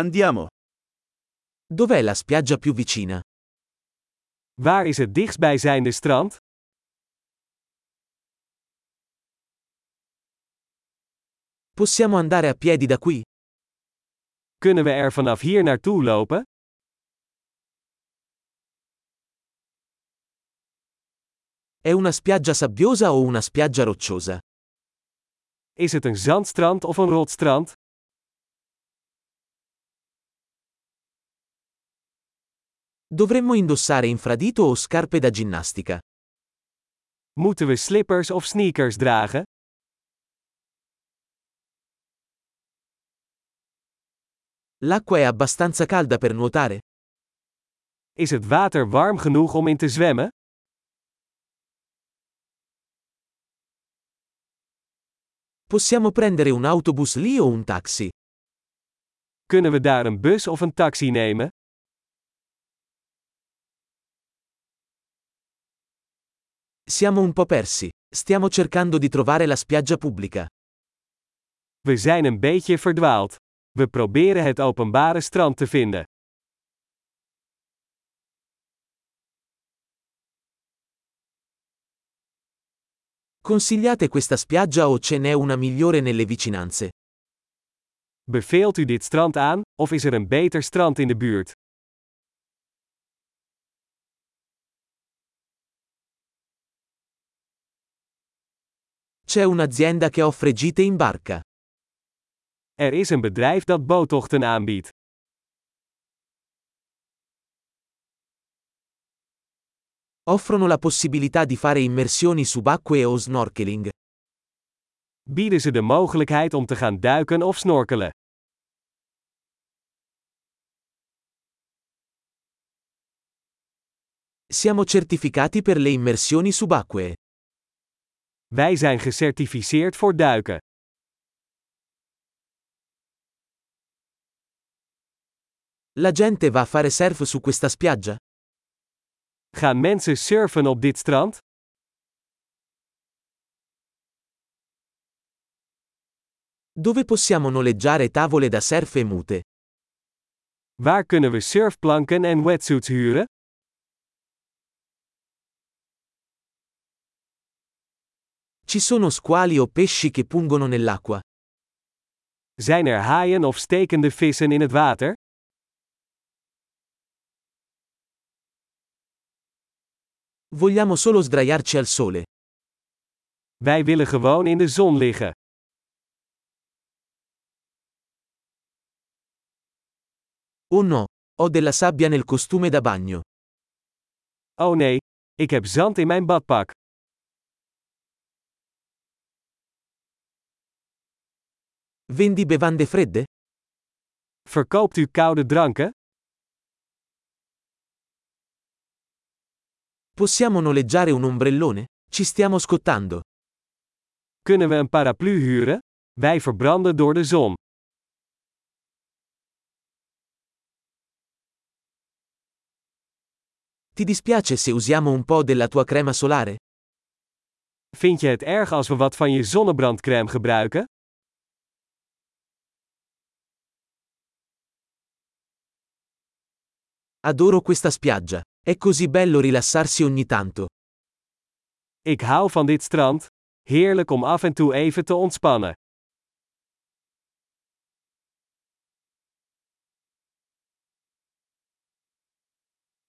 Andiamo. Dov'è la spiaggia più vicina? Waar is het dichtstbijzijnde strand? Possiamo andare a piedi da qui? Kunnen we er vanaf hier naartoe lopen? È una spiaggia sabbiosa o una spiaggia rocciosa? Is het een zandstrand of een rotstrand? Dovremmo indossare infradito o scarpe da ginnastica. Moeten we slippers of sneakers dragen? L'acqua è abbastanza calda per nuotare? Is het water warm genoeg om in te zwemmen? Possiamo prendere un autobus lì o un taxi? Kunnen we daar een bus of een taxi nemen? Siamo un po' persi. Stiamo cercando di trovare la spiaggia pubblica. We zijn een beetje verdwaald. We proberen het openbare strand te vinden. Consigliate questa spiaggia o ce n'è una migliore nelle vicinanze? Beveelt u dit strand aan, of is er een beter strand in de buurt? C'è un'azienda che offre gite in barca. Er is een bedrijf dat boottochten aanbiedt. Offrono la possibilità di fare immersioni subacquee o snorkeling. Bieden ze de mogelijkheid om te gaan duiken of snorkelen. Siamo certificati per le immersioni subacquee. Wij zijn gecertificeerd voor duiken. La gente va a fare surf su questa spiaggia? Gaan mensen surfen op dit strand? Dove possiamo noleggiare tavole da surf e mute? Waar kunnen we surfplanken en wetsuits huren? Ci sono squali o pesci che pungono nell'acqua? Zijn er haaien of stekende vissen in het water? Vogliamo solo sdraiarci al sole. Wij willen gewoon in de zon liggen. Oh no, ho della sabbia nel costume da bagno. Oh nee, ik heb zand in mijn badpak. Vendi bevande fredde? Verkoopt u koude dranken? Possiamo noleggiare un ombrellone? Ci stiamo scottando. Kunnen we een paraplu huren? Wij verbranden door de zon. Ti dispiace se usiamo un po' della tua crema solare? Vind je het erg als we wat van je zonnebrandcrème gebruiken? Adoro questa spiaggia. È così bello rilassarsi ogni tanto. Ik hou van dit strand. Heerlijk om af en toe even te ontspannen.